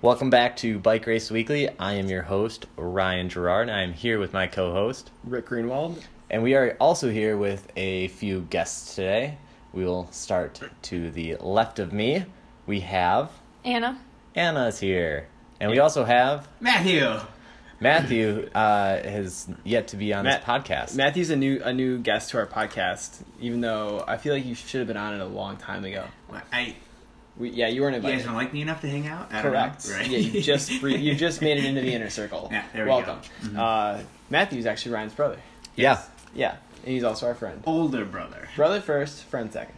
Welcome back to Bike Race Weekly. I am your host, Ryan Gerard, and I am here with my co host. Rick Greenwald. And we are also here with a few guests today. We will start to the left of me. We have Anna. Anna's here. And we also have Matthew. Matthew uh, has yet to be on Matt- this podcast. Matthew's a new a new guest to our podcast, even though I feel like you should have been on it a long time ago. What, I, We, yeah, you weren't you guys invited. don't like me enough to hang out? I don't know. Correct. Right. Yeah, you just re- you just made it into the inner circle. Yeah, there we Welcome. go. Mm-hmm. Uh, Matthew's actually Ryan's brother. yeah. Yeah, and he's also our friend. Older brother. Brother first, friend second.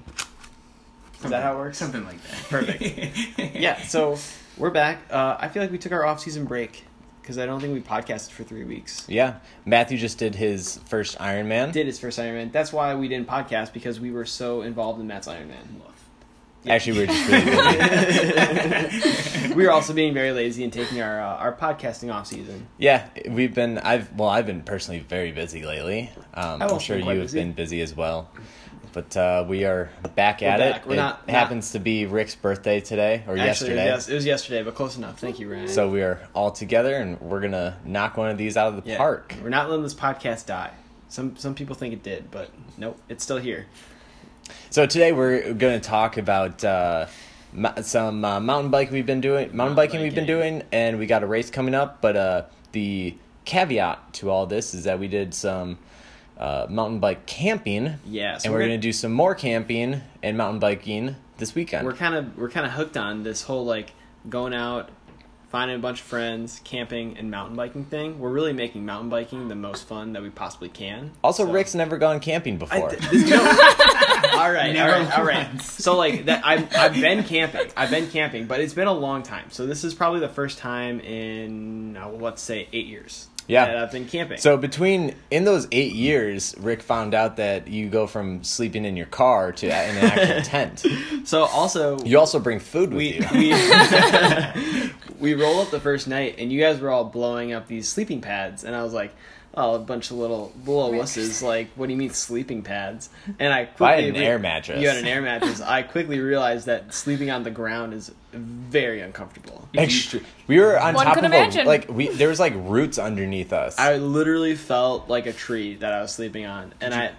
Is that how it works? Something like that. Perfect. Yeah, so we're back. Uh, I feel like we took our off season break because I don't think we podcasted for three weeks. Yeah. Matthew just did his first Iron Man. Did his first Iron Man. That's why we didn't podcast because we were so involved in Matt's Iron Man. Actually, we were just really busy. we were also being very lazy and taking our uh, our podcasting off season. Yeah, we've been. I've well, I've been personally very busy lately. Um, I'm also sure been you quite have busy. been busy as well. But uh, we are back at back. it. We're it not- not- happens to be Rick's birthday today or Actually, yesterday. yes, it was yesterday, but close enough. Thank you, Ryan. So we are all together, and we're gonna knock one of these out of the Yeah. park. We're not letting this podcast die. Some some people think it did, but nope, it's still here. So today we're gonna talk about uh, mo- some uh, mountain bike we've been doing, mountain biking we've been doing, and we got a race coming up. But uh, the caveat to all this is that we did some uh, mountain bike camping. Yeah, so and we're we're gonna- gonna do some more camping and mountain biking this weekend. We're kind of we're kind of hooked on this whole like going out, finding a bunch of friends, camping, and mountain biking thing. We're really making mountain biking the most fun that we possibly can. also, So- Rick's never gone camping I- before. th- this- no. all right, Never all right, all right. once. So like that, I've I've been camping. I've been camping, but it's been a long time. So this is probably the first time in uh, let's say eight years. Yeah. that I've been camping. So between in those eight years, Rick found out that you go from sleeping in your car to in an actual tent. so also You also bring food with we you. we, we roll up the first night, and you guys were all blowing up these sleeping pads, and I was like. Oh, a bunch of little little Rick. wusses! Like, what do you mean sleeping pads? And I quickly I had an re- air mattress. You had an air mattress. I quickly realized that sleeping on the ground is very uncomfortable. Extre- we were on One top could of a, imagine. like we there was like roots underneath us. I literally felt like a tree that I was sleeping on, and I,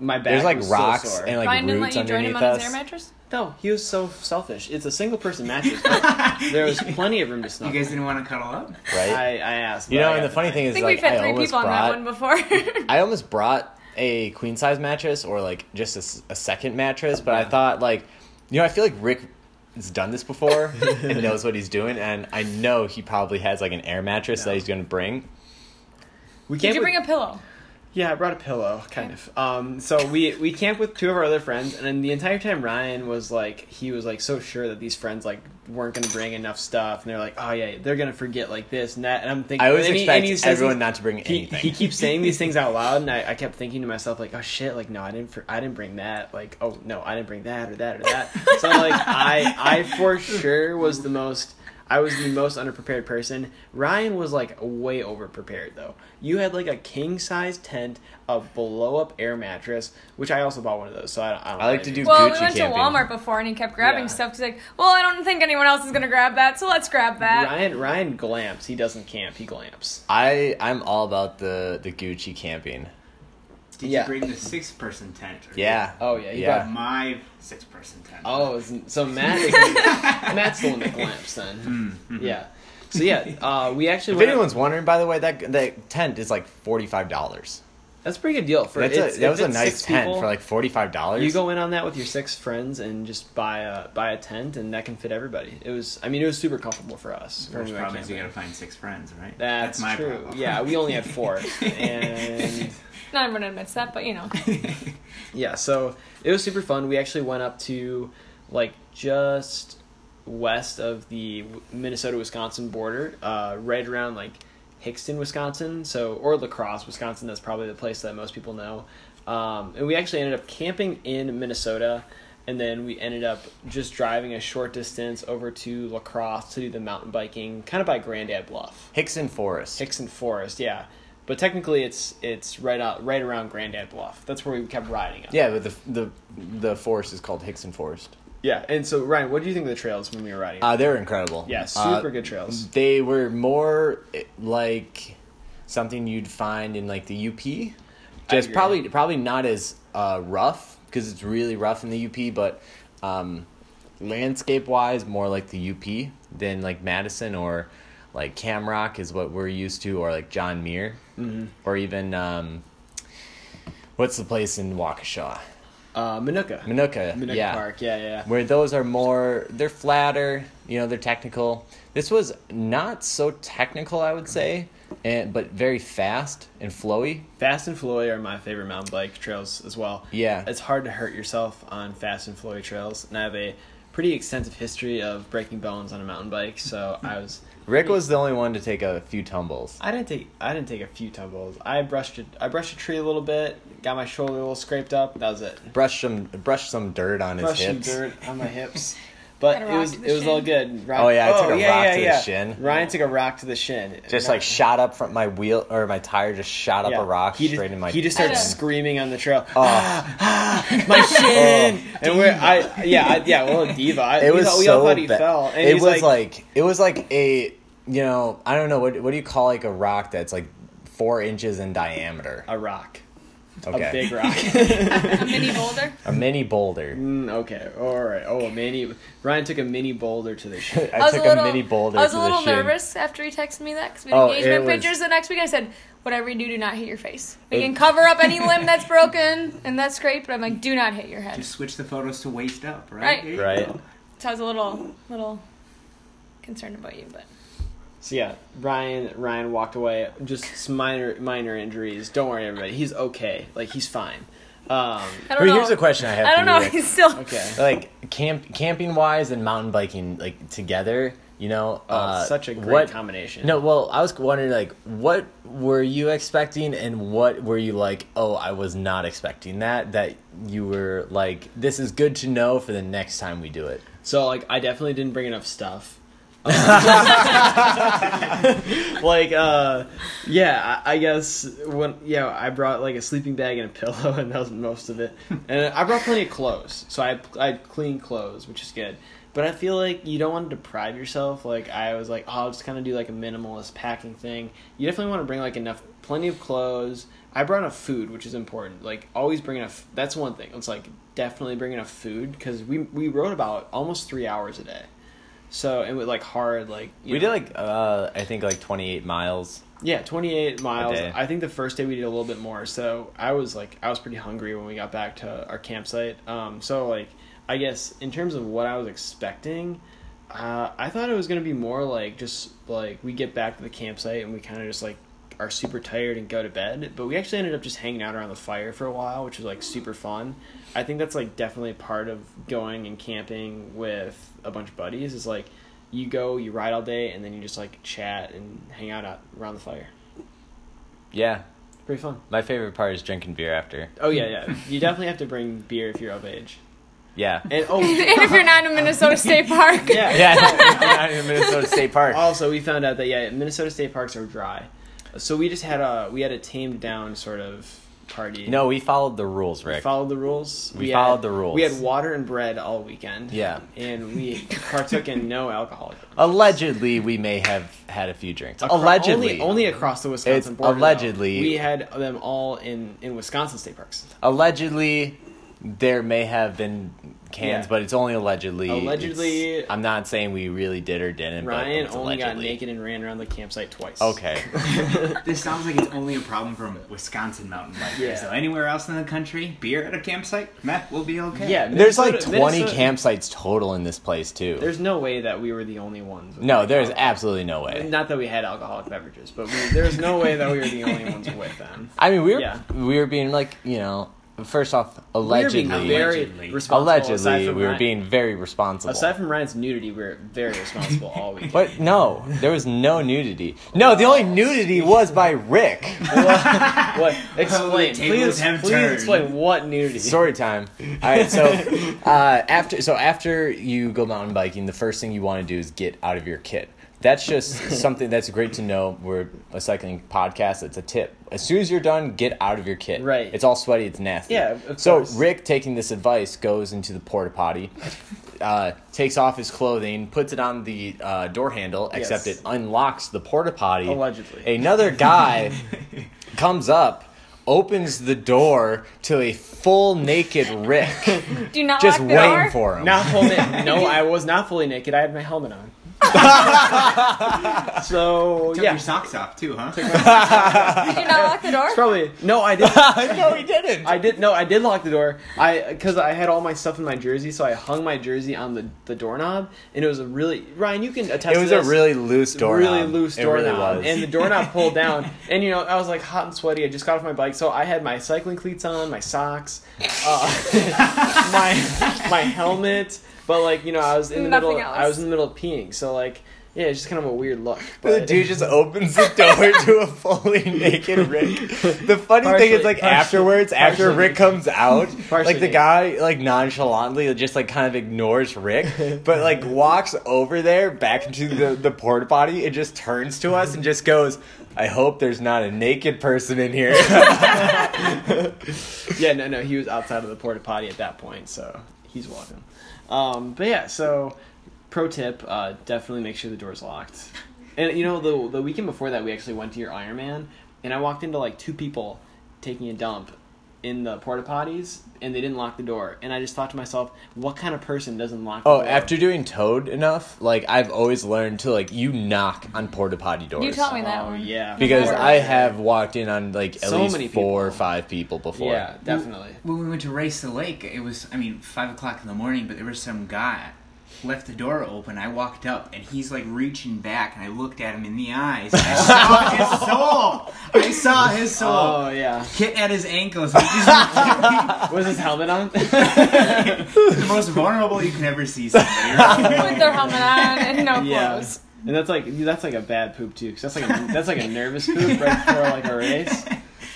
my back There's like was so rocks sore. and like Ryan didn't roots let you join underneath him on us. his air mattress? no, he was so selfish. It's a single person mattress. but there was plenty of room to You snuggle. guys didn't want to cuddle up? right? I, I asked. you but know, I and the got funny denied. thing I is think like we've had I three almost people on that brought one before. I almost brought a queen size mattress or like just a s- a, second mattress, but I thought like, you know, I feel like Rick has done this before and knows what he's doing, and I know he probably has like an air mattress that he's gonna bring. we Did can't. you bring a pillow? Yeah, I brought a pillow, kind of. Um, so we we camped with two of our other friends, and then the entire time Ryan was like, he was like so sure that these friends like weren't gonna bring enough stuff, and they're like, oh yeah, they're gonna forget like this and that, and I'm thinking, I always and he- expect and he says everyone these- not to bring He, anything. he keeps saying these things out loud, and I, I kept thinking to myself like, oh shit, like no, I didn't, for, I didn't bring that, like oh no, I didn't bring that or that or that. so like I, I for sure was the most, I was the most underprepared person. Ryan was like way overprepared though. You had like a king size tent, a blow up air mattress, which I also bought one of those. So I, don't- I don't. I like blame to you. do Well, Gucci we went camping. to Walmart before and he kept grabbing Yeah. stuff. He's like, well, I don't think anyone else is going to grab that, so let's grab that. Ryan Ryan glamps. He doesn't camp. He glamps. I I'm all about the the Gucci camping. Did Yeah. you bring the six person tent? Or Yeah. Oh, yeah, he yeah. brought- My six person tent. Oh, is- so Matt is Matt's the one that glamps then. Yeah. So yeah, uh, we actually If went out- anyone's wondering, by the way, that that tent is like forty five dollars. that's a pretty good deal for That's it's- a, that if was a it's nice six tent people, for like forty five dollars. you go in on that with your six friends and just buy a buy a tent and that can fit everybody. It was I mean it was super comfortable for us. for The when worst we went problem is you camping. gotta find six friends, right? That's, true. Yeah, we only had four and Not everyone admits that, but you know. yeah so it was super fun we actually went up to like just west of the minnesota wisconsin border uh, right around like hickston wisconsin so or lacrosse wisconsin that's probably the place that most people know um, and we actually ended up camping in minnesota and then we ended up just driving a short distance over to lacrosse to do the mountain biking kind of by grandad bluff Hickson Forest. Hickson Forest, yeah. But technically, it's it's right out right around Grandad Bluff. That's where we kept riding up. Yeah, but the the the forest is called Hickson Forest. Yeah, and so Ryan, what do you think of the trails when we were riding? Uh, they were incredible. yeah, Uh, super good trails. They were more eh, like something you'd find in like the UP. Just agree. probably probably not as uh, rough because it's really rough in the UP, but um, landscape wise, more like the UP than like Madison or like Camrock is what we're used to, or like John Muir, Mm-hmm. or even um, what's the place in Waukesha, Uh, Minooka. Minooka, Minooka yeah Park. Yeah, yeah. where those are more they're flatter you know they're technical this was not so technical i would say and, but very fast and flowy Fast and Floyd are my favorite mountain bike trails as well. Yeah. It's hard to hurt yourself on Fast and Floyd trails, and I have a pretty extensive history of breaking bones on a mountain bike, so I was rick was the only one to take a few tumbles I didn't take I didn't take a few tumbles. I brushed a, I brushed a tree a little bit, got my shoulder a little scraped up, that was it. brush some brush some dirt on his Brushed some hips dirt on my hips. But Got a it rock was to it the was all shin. good. Ryan, Oh, yeah, I took a rock to the shin. Ryan took a rock to the shin. just like shot up from my wheel or my tire just shot up Yeah. a rock He straight just, in my He just I started know. screaming on the trail. Oh, my shin. and we're I yeah I, yeah well diva. I, it we was thought, we so all thought he bad. fell. And it he's was like, it was like a you know I don't know what what do you call like a rock that's like four inches in diameter? a rock, Okay, a big rock. A mini boulder. a mini boulder. Mm, okay, all right. Oh, a mini. Ryan took a mini boulder to the shin. I, was took a little, a mini boulder. I was to a the little shin. nervous after he texted me that because we did Oh, engagement it was- pictures the next week. I said, "Whatever you do, do not hit your face. We It- can cover up any limb that's broken and that's scraped, but I'm like, do not hit your head." Just switch the photos to waist up, right? Right. There you Right. go. So I was a little, little concerned about you, but So yeah, Ryan Ryan walked away. Just some minor minor injuries. Don't worry, everybody. He's okay. Like he's fine. Um, I don't But know. here's a question I have. I don't for know. You, He's still okay. Rick. like camp camping wise and mountain biking like together. You know, Oh, uh, such a great what- combination. No, well, I was wondering like what were you expecting and what were you like? Oh, I was not expecting that. That you were like, this is good to know for the next time we do it. So like I definitely didn't bring enough stuff. like uh yeah, I, I guess when yeah, I brought like a sleeping bag and a pillow and that was most of it. And I brought plenty of clothes. So I I had clean clothes, which is good. But I feel like you don't want to deprive yourself. Like I was like, oh, I'll just kind of do like a minimalist packing thing. You definitely want to bring like enough plenty of clothes. I brought enough food, which is important. Like always bring enough. That's one thing. It's like definitely bring enough food because we we rode about almost three hours a day. So and with like hard like you we know- did like uh, I think like twenty eight miles. yeah, 28 miles. day. I think the first day we did a little bit more. So I was like, I was pretty hungry when we got back to our campsite. Um, so like, I guess in terms of what I was expecting, uh, I thought it was gonna be more like just like we get back to the campsite and we kind of just like are super tired and go to bed. But we actually ended up just hanging out around the fire for a while, which was like super fun. I think that's like definitely part of going and camping with a bunch of buddies is like you go, you ride all day, and then you just like chat and hang out out around the fire. Yeah, It's pretty fun. my favorite part is drinking beer after. Oh yeah, yeah. You definitely have to bring beer if you're of age. Yeah, And oh and if you're not in Minnesota State Park, yeah. yeah, not in Minnesota State Park. Also, we found out that yeah, Minnesota state parks are dry, so we just had a we had a tamed down sort of party. No, we followed the rules, We Rick. followed the rules. We had- followed the rules. We had water and bread all weekend. Yeah. and we partook in no alcohol. Allegedly, we may have had a few drinks. Acro- allegedly, only, only across the Wisconsin It's border. though. allegedly- we had them all in in Wisconsin state parks. allegedly, there may have been cans, Yeah. but it's only allegedly. Allegedly- It's- I'm not saying we really did or didn't. Ryan but it's only got allegedly. naked and ran around the campsite twice. Okay, This sounds like it's only a problem for Wisconsin mountain bikers. Yeah. So anywhere else in the country, beer at a campsite, meh, we'll be okay. Yeah, there's like Minnesota- 20 Minnesota- campsites total in this place too. There's Oh. no way that we were the only ones. with no, there's alcohol. absolutely no way. Not that we had alcoholic beverages, but we, there's no way that we were the only ones with them. I mean, we were Yeah. we were being like you know, first off, allegedly, we were being very Allegedly. responsible. aside allegedly, from we were Ryan- being very responsible. Aside from Ryan's nudity, we were very responsible all week. But no, there was no nudity. No, the only nudity was by Rick. what? what- Explain. tables Please, have please turned. explain what nudity. Story time. All right, so uh, after so after you go mountain biking, the first thing you want to do is get out of your kit. That's just something that's great to know. We're a cycling podcast. It's a tip. As soon as you're done, get out of your kit. Right. It's all sweaty. It's nasty. Yeah, of so course. Rick, taking this advice, goes into the porta potty. uh, takes off his clothing, puts it on the uh, door handle, except Yes. it unlocks the porta potty. Allegedly. Another guy comes up, opens the door to a full naked Rick, Do you not just lock the waiting door? for him. Not full naked. No, I was not fully naked. I had my helmet on. so Took yeah, your it's socks off too, huh? Did you not lock the door? probably no. I did. no, he didn't. I did no. I did lock the door. I because I had all my stuff in my jersey, so I hung my jersey on the, the doorknob, and it was a really Ryan. You can attest. it was to a this. really loose door. really loose doorknob, It really was. and the doorknob pulled down. And you know, I was like hot and sweaty. I just got off my bike, so I had my cycling cleats on, my socks, uh, my my helmet. But like you know, I was in the Nothing middle. else. I was in the middle of peeing, so like yeah, it's just kind of a weird look. The But dude just opens the door to a fully naked Rick. The funny thing is, Partially- like partially- afterwards, after partially Rick naked. comes out, Partially like the naked. guy like nonchalantly just like kind of ignores Rick, but like walks over there back into the the porta potty and just turns to us and just goes, "I hope there's not a naked person in here." yeah, no, no, he was outside of the porta potty at that point, so he's walking. Um, but yeah, so pro tip: uh, definitely make sure the door's locked. And you know, the the weekend before that, we actually went to your Ironman, and I walked into like two people taking a dump in the porta potties, and they didn't lock the door. And I just thought to myself, what kind of person doesn't lock? The oh, door? after doing Toad enough, like I've always learned to like you knock on porta potty doors. You taught me that Oh, one. yeah. because Before. I have walked in on like at So least many four or people. five people before. yeah, definitely. When we went to race the lake, it was I mean five o'clock in the morning, but there was some guy left the door open. I walked up and he's like reaching back, and I looked at him in the eyes. I saw his soul. I saw his soul. Oh yeah, Kit at his ankles. Which is the was his helmet on? most vulnerable you can ever see somebody. right? With their helmet on and no yeah, clothes. and that's like that's like a bad poop too, because that's like a, that's like a nervous poop right before like a race.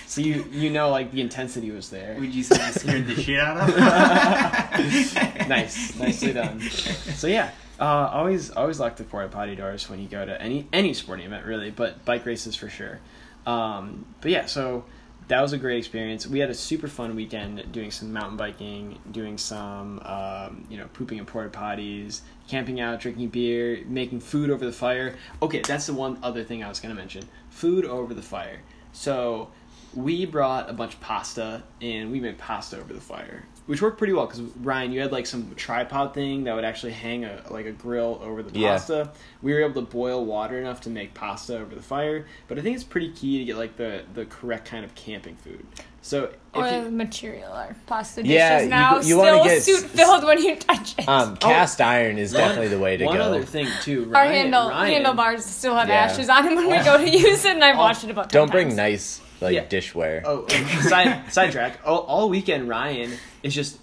So you you know like the intensity was there. Would you say I scared the shit out of him? Nice, nicely done. So yeah, uh, always always lock the porta potty doors when you go to any any sporting event really, but bike races for sure. Um, but yeah, so that was a great experience. We had a super fun weekend doing some mountain biking, doing some um, you know pooping in porta potties, camping out, drinking beer, making food over the fire. Okay, that's the one other thing I was gonna mention: food over the fire. So we brought a bunch of pasta and we made pasta over the fire, which worked pretty well because Ryan, you had like some tripod thing that would actually hang a like a grill over the Yeah. pasta. We were able to boil water enough to make pasta over the fire, but I think it's pretty key to get like the the correct kind of camping food. So Or if the you, material or pasta Yeah, dishes you- now you wanna still get s- suit filled when you touch it. Um, cast iron is definitely the way to Oh, one go. other thing too, Our Ryan, handle Ryan, Oh, handlebars still have Yeah. ashes on them when we go to use it, and I've washed it about. 10 Don't bring times. nice like Yeah. dishware. Oh, uh, side sidetrack. All, all weekend, Ryan is just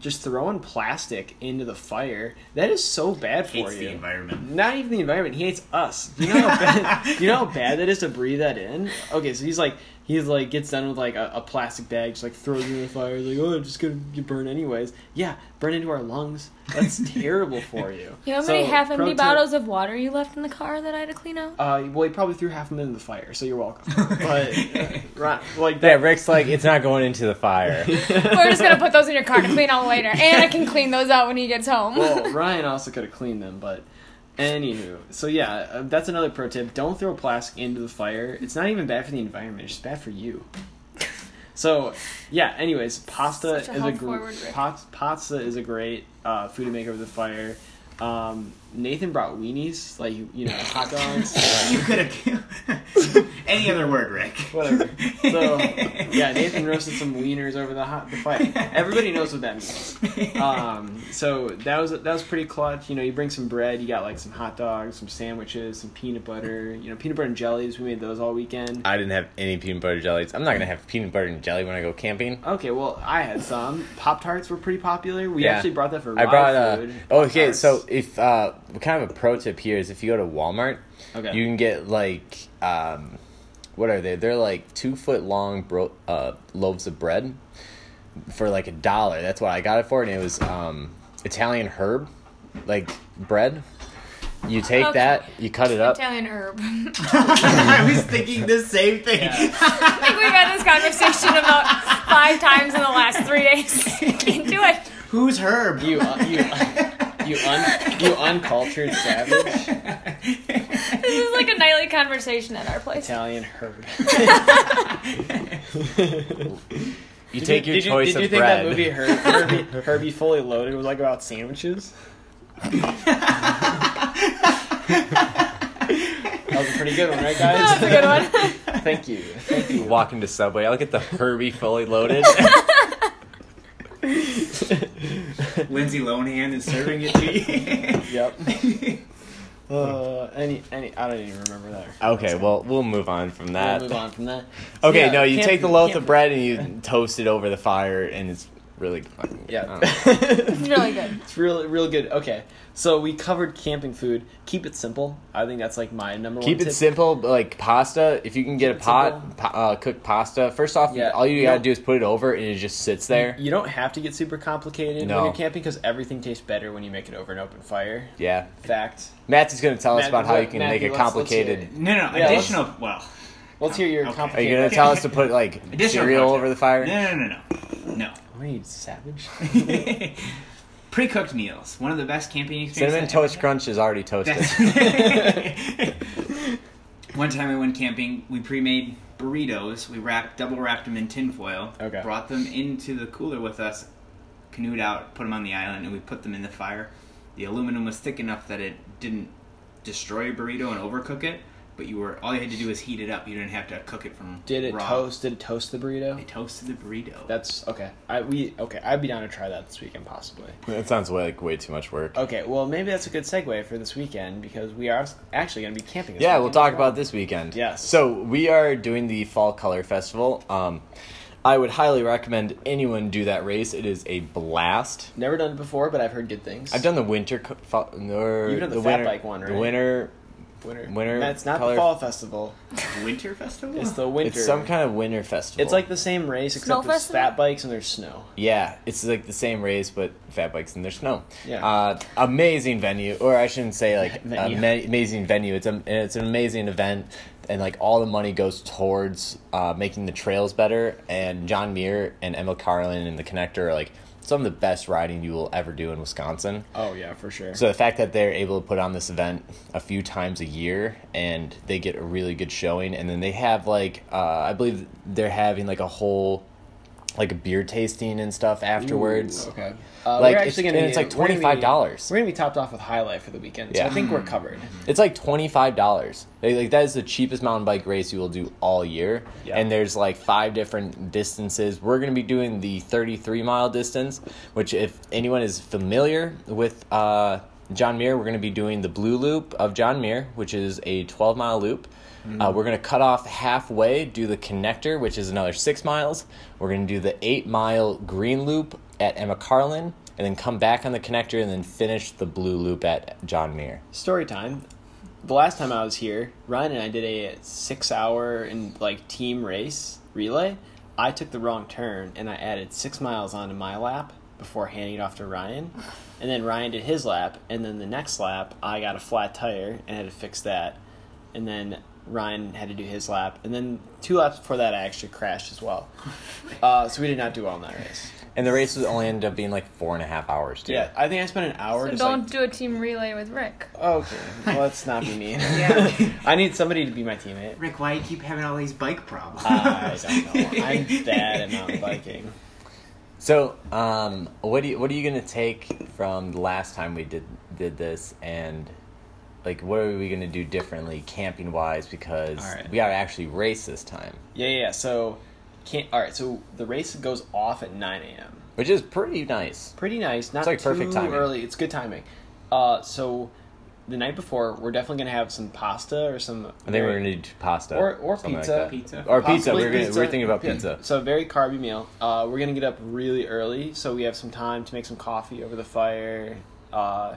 just throwing plastic into the fire. That is so bad for Hates you. the environment. Not even the environment. He hates us. You know how bad, you know how bad that is to breathe that in. Okay, so he's like he's like gets done with like a, a plastic bag, just like throws it in the fire. He's like, oh, it's just gonna get burned anyways. Yeah, burn into our lungs. That's terrible for you. You know how So, many half-empty pro tip- bottles of water you left in the car that I had to clean Oh. out? Uh, well, he probably threw half of them in the fire, so you're welcome. But uh, Ryan, like yeah, Rick's like it's not going into the fire. We're just gonna put those in your car to clean out later, and I can clean those out when he gets home. well, Ryan also could have cleaned them, but anywho. So yeah, uh, that's another pro tip. Don't throw plastic into the fire. It's not even bad for the environment. It's just bad for you. So yeah. Anyways, pasta Such a is a health gr- forward, Rick. pot- pasta is a great uh, food to make over the fire. Um, Nathan brought weenies, like you know, hot dogs. You could have. Any other word, Rick? Whatever. So yeah, Nathan roasted some wieners over the hot the fire. Everybody knows what that means. um, so that was that was pretty clutch. You know, you bring some bread, you got like some hot dogs, some sandwiches, some peanut butter. You know, peanut butter and jellies. We made those all weekend. I didn't have any peanut butter jellies. I'm not gonna have peanut butter and jelly when I go camping. Okay, well, I had some Pop Tarts were pretty popular. We Yeah. actually brought that for I raw brought uh food. oh, okay. Pop-Tarts. So if uh, kind of a pro tip here is if you go to Walmart, Okay. you can get like um, what are they? They're like two foot long bro- uh, loaves of bread for like a dollar. That's what I got it for, and it was um, Italian herb like bread. You take Okay. that, you cut it up. Italian herb. like I was thinking the same thing. we've had this conversation about five times in the last three days. Can't do it. Who's Herb? you uh, you You un you uncultured savage This is like a nightly conversation at our place. Italian herd. You take your did choice you, did you of think bread. that movie Her- Herbie, Herbie Fully Loaded was like about sandwiches? that was a pretty good one, right, That's a guys? good one. Thank you. Thank you. Walk into Subway. I look at the Herbie fully loaded. Lindsay Lohan is serving it to Yep. you. Uh, any, any, I don't even remember that. okay, well we'll move on from that. We'll move on from that. So, Okay, yeah, no, you camp take the food- loaf camp of bread and you toast it over the fire, and it's really fucking good. I food. Yeah. don't know. It's really good. It's real, real good. Okay, so we covered camping food. Keep it simple. I think that's like my number one. Keep it tip. simple, but, like pasta. If you can get Keep a it pot, pa- uh, cook pasta. First off, Yeah. all you No. gotta do is put it over, and it just sits there. You don't have to get super complicated No. when you're camping because everything tastes better when you make it over an open fire. Yeah, Fact. Matt's is gonna tell us Matt, about how what- you can Matt, make you it want- let's hear complicated. no, no, Yeah, let's- additional. Well, Let's hear your Okay. Are you complicated. gonna tell us to put like additional cereal content. over the fire? No, no, no, no, Wait, savage. no. Pre-cooked meals. One of the best camping experiences. Cinnamon I toast ever had. crunch is already toasted. That's- One time we went camping, we pre-made burritos. We wrapped, double wrapped them in tinfoil. Okay. Brought them into the cooler with us, canoed out, put them on the island, and we put them in the fire. The aluminum was thick enough that it didn't destroy a burrito and overcook it. But you were all you had to do was heat it up. You didn't have to cook it from. Did it raw. toast? Did it toast the burrito? They toasted the burrito. That's okay. I we okay. I'd be down to try that this weekend possibly. that sounds way, like way too much work. Okay, well maybe that's a good segue for this weekend because we are actually going to be camping. This Yeah, we'll weekend. talk about this weekend. Yes. So we are doing the Fall Color Festival. Um, I would highly recommend anyone do that race. It is a blast. Never done it before, but I've heard good things. I've done the winter. Co- fall, or You've done the fat winter, bike one, right? The winter. winter. winter That's not color- the fall festival. Winter festival. It's the winter. It's some kind of winter festival. It's like the same race Snow except there's festival? fat bikes and there's snow. yeah, it's like the same race but fat bikes and there's snow. Yeah. Uh, amazing venue, or I shouldn't say like Venue. ama- amazing venue. It's a, it's an amazing event, and like all the money goes towards uh, making the trails better. And John Muir and Emma Carlin and the Connector are like some of the best riding you will ever do in Wisconsin. Oh yeah, for sure. So the fact that they're able to put on this event a few times a year and they get a really good showing, and then they have like uh, I believe they're having like a whole like a beer tasting and stuff afterwards. okay. Uh, Like, we're it's- actually gonna. and be- it's like we're gonna be- $25. We're gonna be topped off with highlight for the weekend, so Yeah. I think we're covered. It's like twenty five dollars. Like that is the cheapest mountain bike race you will do all year, Yeah. and there's like five different distances. We're going to be doing the thirty three mile distance, which if anyone is familiar with uh, John Muir, we're going to be doing the blue loop of John Muir, which is a twelve mile loop. Uh, we're going to cut off halfway, do the connector, which is another six miles. We're going to do the eight mile green loop at Emma Carlin, and then come back on the connector, and then finish the blue loop at John Muir. Story time. The last time I was here, Ryan and I did a six-hour and like team race relay. I took the wrong turn and I added six miles onto my lap before handing it off to Ryan, and then Ryan did his lap, and then the next lap I got a flat tire and had to fix that, and then Ryan had to do his lap, and then two laps before that I actually crashed as well. Uh, so we did not do well in that race. And the race would only end up being like four and a half hours, too. Yeah, I think I spent an hour. So just don't like, do a team relay with Rick. Okay, well, let's not be mean. Yeah. I need somebody to be my teammate. Rick, why you keep having all these bike problems? I don't know. I'm bad at mountain biking. So, um, what do you what are you gonna take from the last time we did did this, and like what are we gonna do differently camping wise? Because All right. we are actually race this time, Yeah, yeah. yeah, So, can't. All right. So the race goes off at 9 a.m. which is pretty nice. Pretty nice. Not like too perfect timing. early. It's good timing. Uh, so the night before, we're definitely gonna have some pasta or some. I think we're gonna do pasta Or- or something pizza. that. Pizza. or pizza. Possibly We're, gonna, we're thinking about Yeah. pizza. So a very carby meal. Uh, we're gonna get up really early, so we have some time to make some coffee over the fire, uh,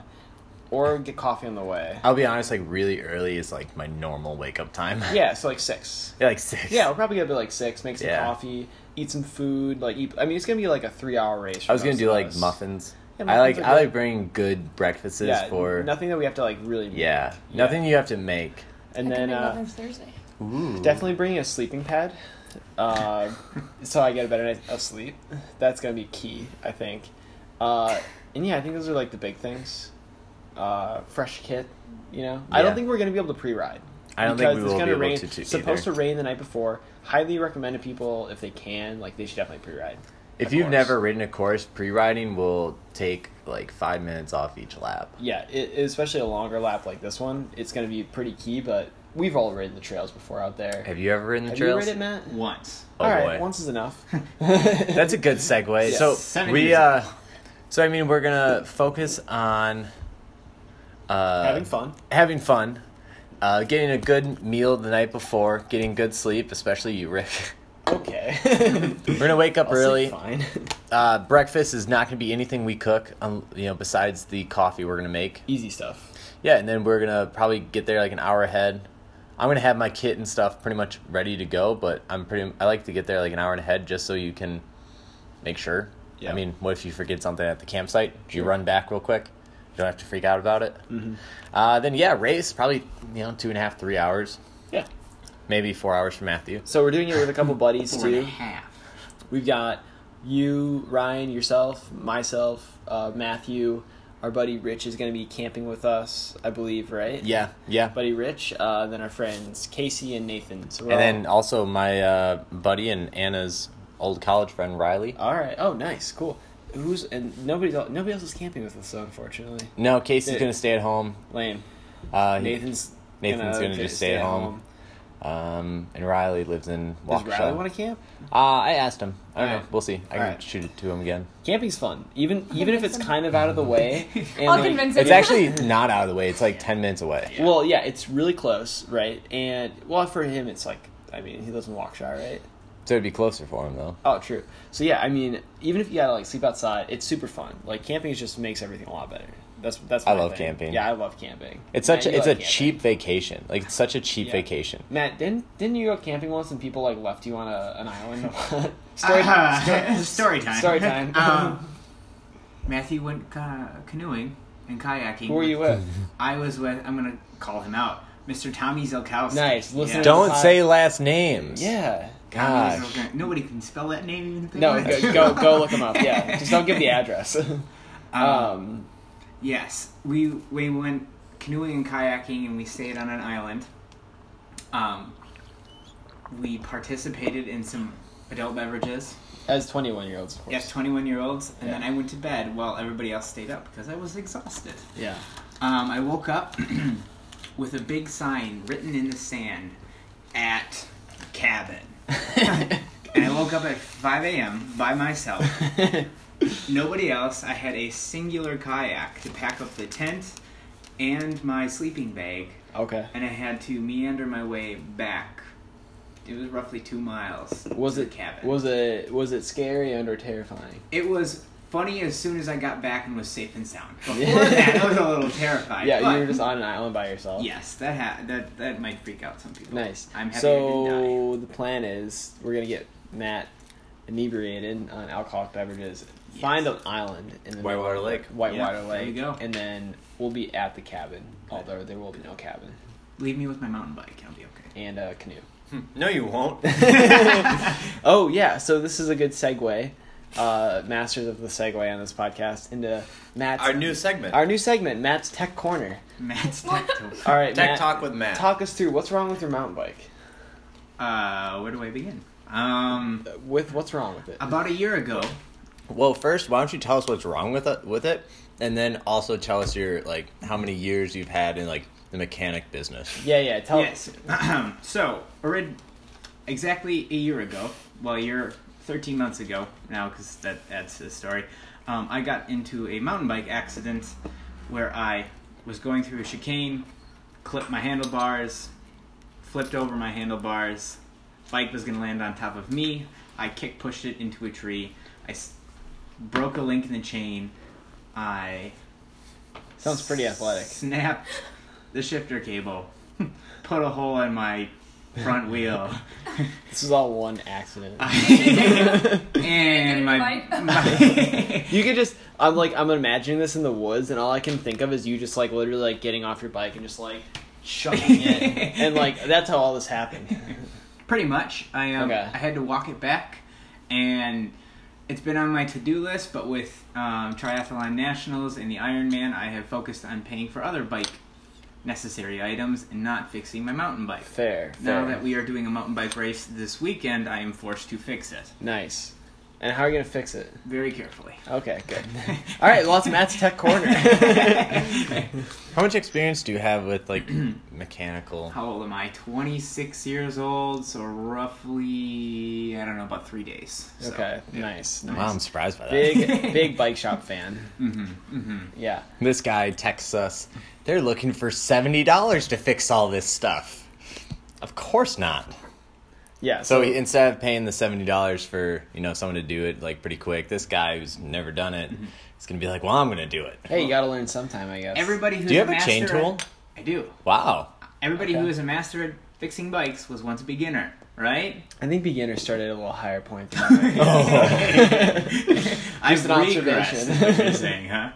or get coffee on the way. I'll be honest, like really early is like my normal wake up time. Yeah, so like six. Yeah, like six. Yeah, we'll probably get up at like six, make some Yeah. coffee, eat some food. Like, eat, I mean, it's gonna be like a three-hour race. I for was gonna most do of like us. muffins. Yeah, I like muffins are I good. like bringing good breakfasts Yeah, for nothing that we have to like really. make. Yeah, nothing you have to make. And then uh, Thursday. Ooh. definitely bring a sleeping pad, uh, so I get a better night of sleep. That's gonna be key, I think. Uh, and yeah, I think those are like the big things. uh, fresh kit. You know, I don't Yeah. think we're gonna be able to pre-ride. I don't think because we it's will gonna be able rain. to- to It's supposed either. to rain the night before. Highly recommend to people if they can, like they should definitely pre-ride. If of you've course. never ridden a course, pre-riding will take like five minutes off each lap. yeah, it, especially a longer lap like this one, it's gonna be pretty key. But we've all ridden the trails before out there. Have you ever ridden the Have you trails? ridden it, Matt? Once. Oh, all boy. right, once is enough. That's a good segue. Yes. So Seven we, years uh, so I mean, we're gonna focus on uh, having fun. having fun, uh, getting a good meal the night before, getting good sleep, especially you, Rick. Okay. We're gonna wake up I'll sleep early. Fine. Uh, breakfast is not gonna be anything we cook, um, you know, besides the coffee we're gonna make. Easy stuff. Yeah, and then we're gonna probably get there like an hour ahead. I'm gonna have my kit and stuff pretty much ready to go, but I'm pretty. I like to get there like an hour ahead just so you can make sure. Yeah. I mean, what if you forget something at the campsite? Do you run back real quick? You don't have to freak out about it. Mm-hmm. Uh, then yeah, race probably you know two and a half, three hours, Yeah. maybe four hours for Matthew. So we're doing it with a couple buddies Four and a too. half. We've got you, Ryan, yourself, myself, uh, Matthew. Our buddy Rich is going to be camping with us, I believe, right? Yeah, yeah. Buddy Rich, uh, then our friends Casey and Nathan. So we're and all- then also my uh, buddy and Anna's old college friend Riley. all right. Oh, nice, cool. Who's and nobody else, nobody else is camping with us, though, unfortunately. No, Casey's Dude. gonna stay at home. Lame. Uh, he- Nathan's Nathan's gonna just stay at home. Um, and Riley lives in Does Waukesha. Riley want to camp? uh, I asked him. I don't know. Alright. We'll see. I can Alright. shoot it to him again. Camping's fun, even even if it's convince him. kind of out of the way. And I'll like- convince him. It's actually not out of the way. It's like ten minutes away. Well, yeah, it's really close, right? And well, for him, it's like I mean, he lives in Waukesha, right? So it'd be closer for him though. Oh, true. So yeah, I mean, even if you gotta like sleep outside, it's super fun. Like camping just makes everything a lot better. That's that's. I my love thing. camping. Yeah, I love camping. It's such. A, Matt, you it's a love camping. cheap vacation. Like it's such a cheap Yeah. vacation. Matt, didn't didn't you go camping once and people like left you on a, an island? story, Ah, sto- story time. Uh-huh. Story time. um, Matthew went ca- canoeing and kayaking. Who were you with? I was with. I'm gonna call him out, Mr. Tommy Zelkowski. Nice, listen Yeah. to Don't Five- say last names. yeah. Tommy Gosh. Zelka- Nobody can spell that name. In the No, paper. go, go go look them up. Yeah, just don't give the address. Um, um, yes, we we went canoeing and kayaking, and we stayed on an island. Um, we participated in some adult beverages. as twenty one year olds, of course. Yes, 21 year olds, and then Yeah. I went to bed while everybody else stayed up because I was exhausted. Yeah. Um, I woke up with a big sign written in the sand at cabin. and I woke up at 5 a.m. by myself. Nobody else. I had a singular kayak to pack up the tent and my sleeping bag, okay. and I had to meander my way back. It was roughly two miles. Was to it the cabin? was it was it scary and or terrifying? It was funny as soon as I got back and was safe and sound. Before that, I was a little terrified. yeah, but you were just on an island by yourself. Yes, that ha- that that might freak out some people. Nice. I'm happy I didn't die. so the plan is we're gonna get Matt inebriated on alcoholic beverages. Yes. Find an island in the Whitewater Lake. Whitewater Yeah, there Lake. you go. And then we'll be at the cabin, although there will be no cabin Leave me with my mountain bike. I'll be okay. and a canoe. No, you won't. Oh yeah, so this is a good segue. Uh, masters of the segue on this podcast into Matt's segment. our new segment, Matt's Tech Corner. Matt's lactose. All right, Matt, with Matt. Talk us through what's wrong with your mountain bike. Uh, where do I begin? Um, Uh, With what's wrong with it? about a year ago, Well, first, why don't you tell us what's wrong with it, with it, and then also tell us your like how many years you've had in like the mechanic business. Yeah, yeah. Tell yes. so, orid- exactly a year ago, well, a year, 13 months ago now, because that adds to the story, um, I got into a mountain bike accident where I was going through a chicane, clipped my handlebars, flipped over my handlebars, bike was going to land on top of me, I kick pushed it into a tree, I s- broke a link in the chain, I Sounds pretty athletic. Snapped the shifter cable, put a hole in my front wheel, This is all one accident. and my, Bike. my You could just I'm like I'm imagining this in the woods and all I can think of is you just like literally like getting off your bike and just like chucking it. and like that's how all this happened. pretty much I um, Okay. I had to walk it back, and it's been on my to-do list, but with um, triathlon nationals and the Ironman, I have focused on paying for other bike necessary items and not fixing my mountain bike. Fair. Now fair. that we are doing a mountain bike race this weekend, I am forced to fix it nice. And how are you gonna fix it? very carefully. Okay, good. All right, well, it's Matt's tech corner. How much experience do you have with like mechanical? How old am I? 26 years old, so roughly, I don't know, about three days. So, okay, nice, nice. Wow, I'm surprised by that. Big, big bike shop fan. Mm-hmm, mm-hmm. Yeah. This guy texts us. They're looking for seventy dollars to fix all this stuff. Of course not. Yeah. So he- instead of paying the seventy dollars for you know someone to do it like pretty quick, this guy who's never done it is gonna be like, "Well, I'm gonna do it." hey, you gotta learn sometime, I guess. Everybody who's Do you a have a chain master at- tool? I do. Wow. Everybody Okay. who is a master at fixing bikes was once a beginner, right? I think beginners start at a little higher point. Than others. I've an observation. regressed, is what you're saying, huh?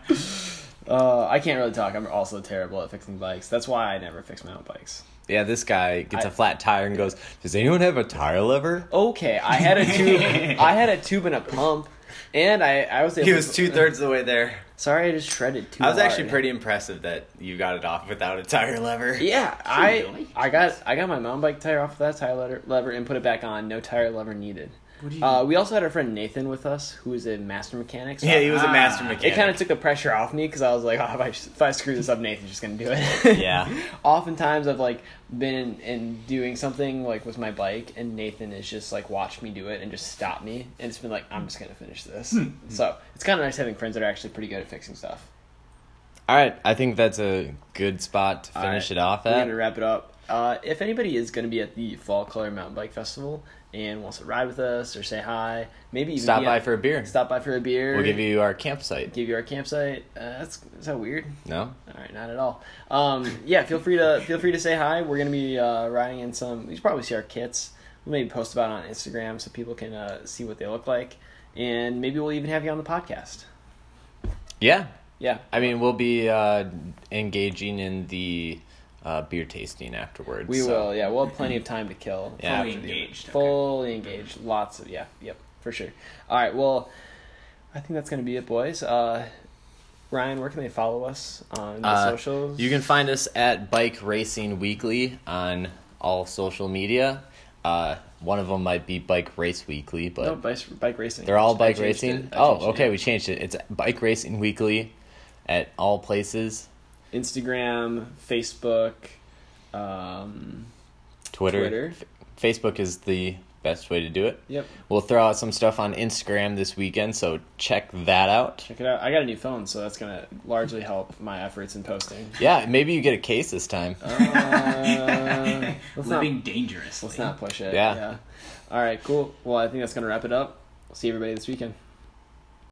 uh, I can't really talk. I'm also terrible at fixing bikes. That's why I never fix my own bikes. Yeah, this guy gets a I- flat tire and goes, "Does anyone have a tire lever?" Okay, I had a tube. I had a tube and a pump, and I I was able. He was to- two thirds of the way there. Sorry, I just shredded too. I was hard. actually pretty impressive that you got it off without a tire lever. Yeah, I really? I got I got my mountain bike tire off of that tire lever, lever and put it back on. No tire lever needed. What do you Uh, we also had our friend Nathan with us, who is a master mechanic. so Yeah, he was a Ah. master It mechanic. It kind of took the pressure off me because I was like, oh, if I if I screw this up, Nathan's just gonna do it. Yeah. Oftentimes, I've like been and doing something like with my bike, and Nathan has just like watched me do it and just stopped me, and it's been like, I'm just gonna finish this. so it's kind of nice having friends that are actually pretty good at fixing stuff. All right, I think that's a good spot to All finish right, it off We're at. gonna wrap it up. Uh, if anybody is gonna be at the Fall Color Mountain Bike Festival and wants to ride with us or say hi, maybe even Stop be by at- for a beer. stop by for a beer. We'll give you our campsite. give you our campsite. Uh, that's is that weird? No? All right, not at all. Um, yeah, feel free to feel free to say hi. We're gonna be uh, riding in some. You should probably see our kits. We'll maybe post about it on Instagram so people can uh, see what they look like, and maybe we'll even have you on the podcast. Yeah. Yeah, I mean, we'll be uh, engaging in the uh, beer tasting afterwards. we so- will. Yeah, we'll have plenty of time to kill. Yeah. Fully after the- engaged. okay. Fully engaged. Lots of yeah, yep, for sure. All right, well, I think that's gonna be it, boys. Uh, Ryan, where can they follow us on the Uh, socials? You can find us at Bike Racing Weekly on all social media. Uh, one of them might be Bike Race Weekly, but no, Oh, bike, bike racing. they're all I Bike changed Racing. it. I changed Oh, it, okay, yeah. we changed it. It's Bike Racing Weekly at all places. Instagram, Facebook, um, Twitter. Twitter. Facebook is the best way to do it. Yep, We'll throw out some stuff on Instagram this weekend, so check that out. check it out. I got a new phone, so that's gonna largely help my efforts in posting. Yeah, maybe you get a case this time. Uh, let's not Living dangerously. let's not push it. Yeah. yeah. All right, cool. Well, I think that's gonna wrap it up. We'll see everybody this weekend.